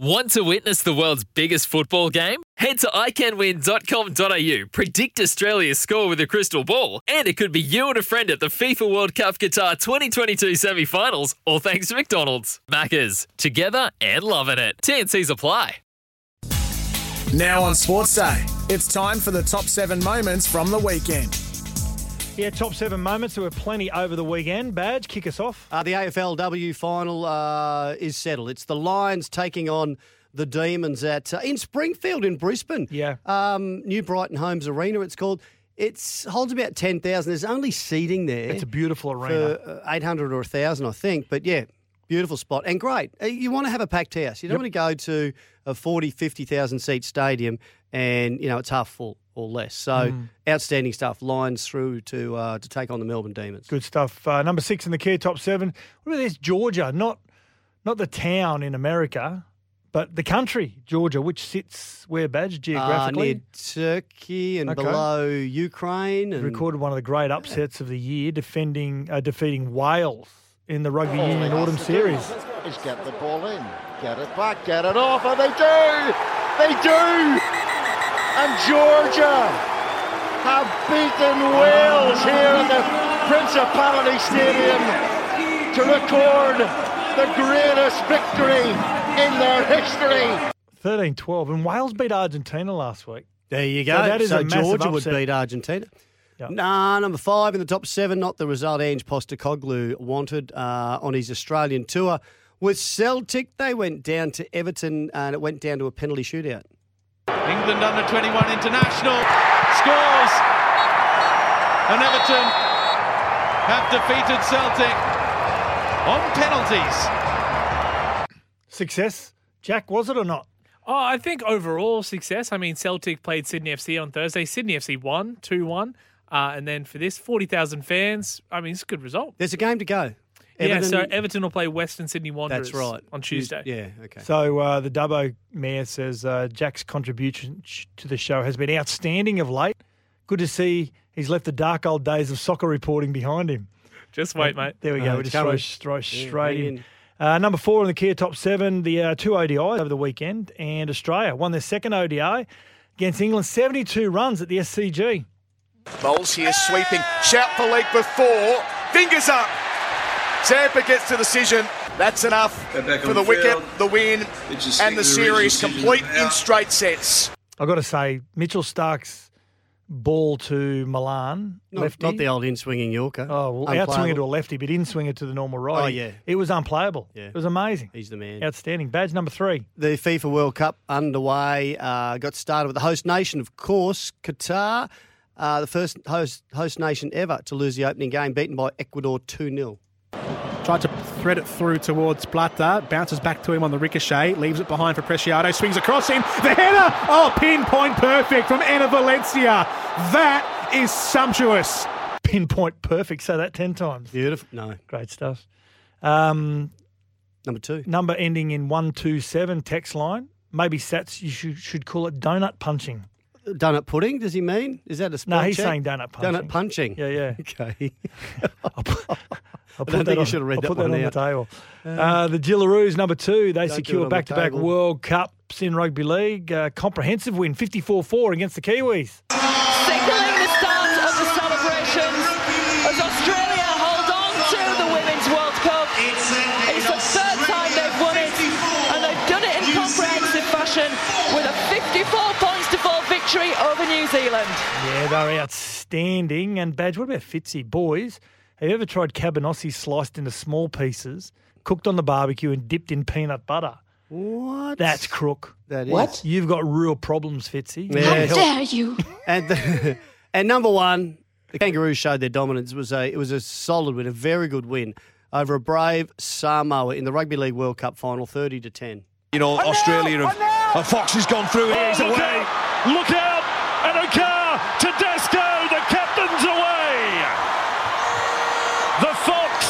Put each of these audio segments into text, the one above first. Want to witness the world's biggest football game? Head to iCanWin.com.au, predict Australia's score with a crystal ball, and it could be you and a friend at the FIFA World Cup Qatar 2022 semi finals, all thanks to McDonald's. Maccas, together and loving it. TNC's apply. Now on Sports Day, it's time for the top seven moments from the weekend. Yeah, top seven moments. There were plenty over the weekend. Badge, kick us off. Uh, the AFLW final uh, is settled. It's the Lions taking on the Demons at uh, in Springfield in Brisbane. Yeah. um, New Brighton Homes Arena. It's called. It holds about ten thousand. There's only seating there. It's a beautiful arena. for eight hundred or thousand, I think. But yeah, beautiful spot and great. Uh, You want to have a packed house. You don't want to go to a 40, 50,000 seat stadium and you know it's half full or less. So Mm. outstanding stuff. Lines through to uh, to take on the Melbourne Demons. Good stuff. Uh, number six in the Kia top seven. What about this Georgia? Not not the town in America, but the country Georgia, which sits where badge Uh, geographically. near Turkey and Okay. below Ukraine and recorded one of the great upsets of the year, defending uh, defeating Wales in the Rugby Oh, Union Autumn Series. He's get the ball in, get it back, get it off, and they do! They do! And Georgia have beaten Wales here at the Principality Stadium to record the greatest victory in their history. 13-12. And Wales beat Argentina last week. There you go. So that is So a massive Georgia upset. would beat Argentina. Yep. Nah, number five in the top seven, not the result Ange Postacoglu wanted uh, on his Australian tour. With Celtic, they went down to Everton and it went down to a penalty shootout. England under 21 international scores. And Everton have defeated Celtic on penalties. Success, Jack, was it or not? Oh, I think overall success. I mean, Celtic played Sydney FC on Thursday. Sydney FC won 2 1. Uh, and then for this, 40,000 fans. I mean, it's a good result. There's a game to go. yeah, so Everton will play Western Sydney Wanderers That's right. on Tuesday. Yeah, okay. So uh, the Dubbo mayor says uh, Jack's contribution sh- to the show has been outstanding of late. Good to see he's left the dark old days of soccer reporting behind him. Just wait, mate. There we go. Oh, we it's just throw, coming. throw Yeah, straight bring in. in. Uh, number four in the Kia top seven, the uh, two ODIs over the weekend, and Australia won their second ODI against England, 72 runs at the SCG. Bowles here sweeping. Shout for leg before. Fingers up. Zampa gets to the decision. That's enough back for on the the wicket, field. the win, It's just and the stick to the original series decision. complete in Yeah. straight sets. i got to say, Mitchell Stark's ball to Milan, not, lefty. not the old in swinging Yorker. Oh, well, out swing Unplayable. it to a lefty, but in swing it to the normal right. Oh, yeah. It was unplayable. Yeah. It was amazing. He's the man. Outstanding. Badge number three. the FIFA World Cup underway. Uh, got started with the host nation, of course, Qatar, uh, the first host host nation ever to lose the opening game, beaten by Ecuador two 0 Tried to thread it through towards Blatter. Bounces back to him on the ricochet. Leaves it behind for Preciado. Swings across him. The header. Oh, pinpoint perfect from Anna Valencia. That is sumptuous. Pinpoint perfect. Say that 10 times. Beautiful. No, Great stuff. Um, number two. number ending in 127 text line. Maybe Sats, you should, should call it donut punching. Donut pudding? Does he mean? Is that a spell No, he's check? saying donut punching. Donut punching. Yeah, yeah. Okay. I'll put, I'll put think that you on- should have read I'll that put one that on out. the table. Uh, the Gillaroos, number two, they do it secure on the back to back table. World Cups in Rugby League. Uh, comprehensive win, 54 4 against the Kiwis. Signaling the start of the celebrations as Australia hold on to the Women's World Cup. It's the third time they've won it, and they've done it in comprehensive fashion with a 54 points to 4 victory over New Zealand. Yeah, they're outstanding. And Badge, what about Fitzy? Boys, have you ever tried cabanossi sliced into small pieces, cooked on the barbecue, and dipped in peanut butter? What? That's crook. That is. You've got real problems, Fitzy. Yeah, help. you? And the, and number one, the Kangaroos showed their dominance. It was a it was a solid win, a very good win over a brave Samoa in the Rugby League World Cup final, thirty to ten. You know, Australia have, and Fox has gone through here. He's Oh, look away. out! Look out! And Okar Tedesco, the captain's away. The Fox,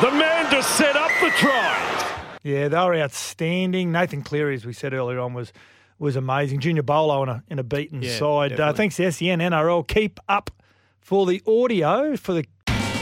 the man to set up the try. Yeah, they were outstanding. Nathan Cleary, as we said earlier on, was was amazing. Junior Bolo in a, in a beaten Yeah, side. Uh, definitely. thanks to SEN NRL. Keep up for the audio for the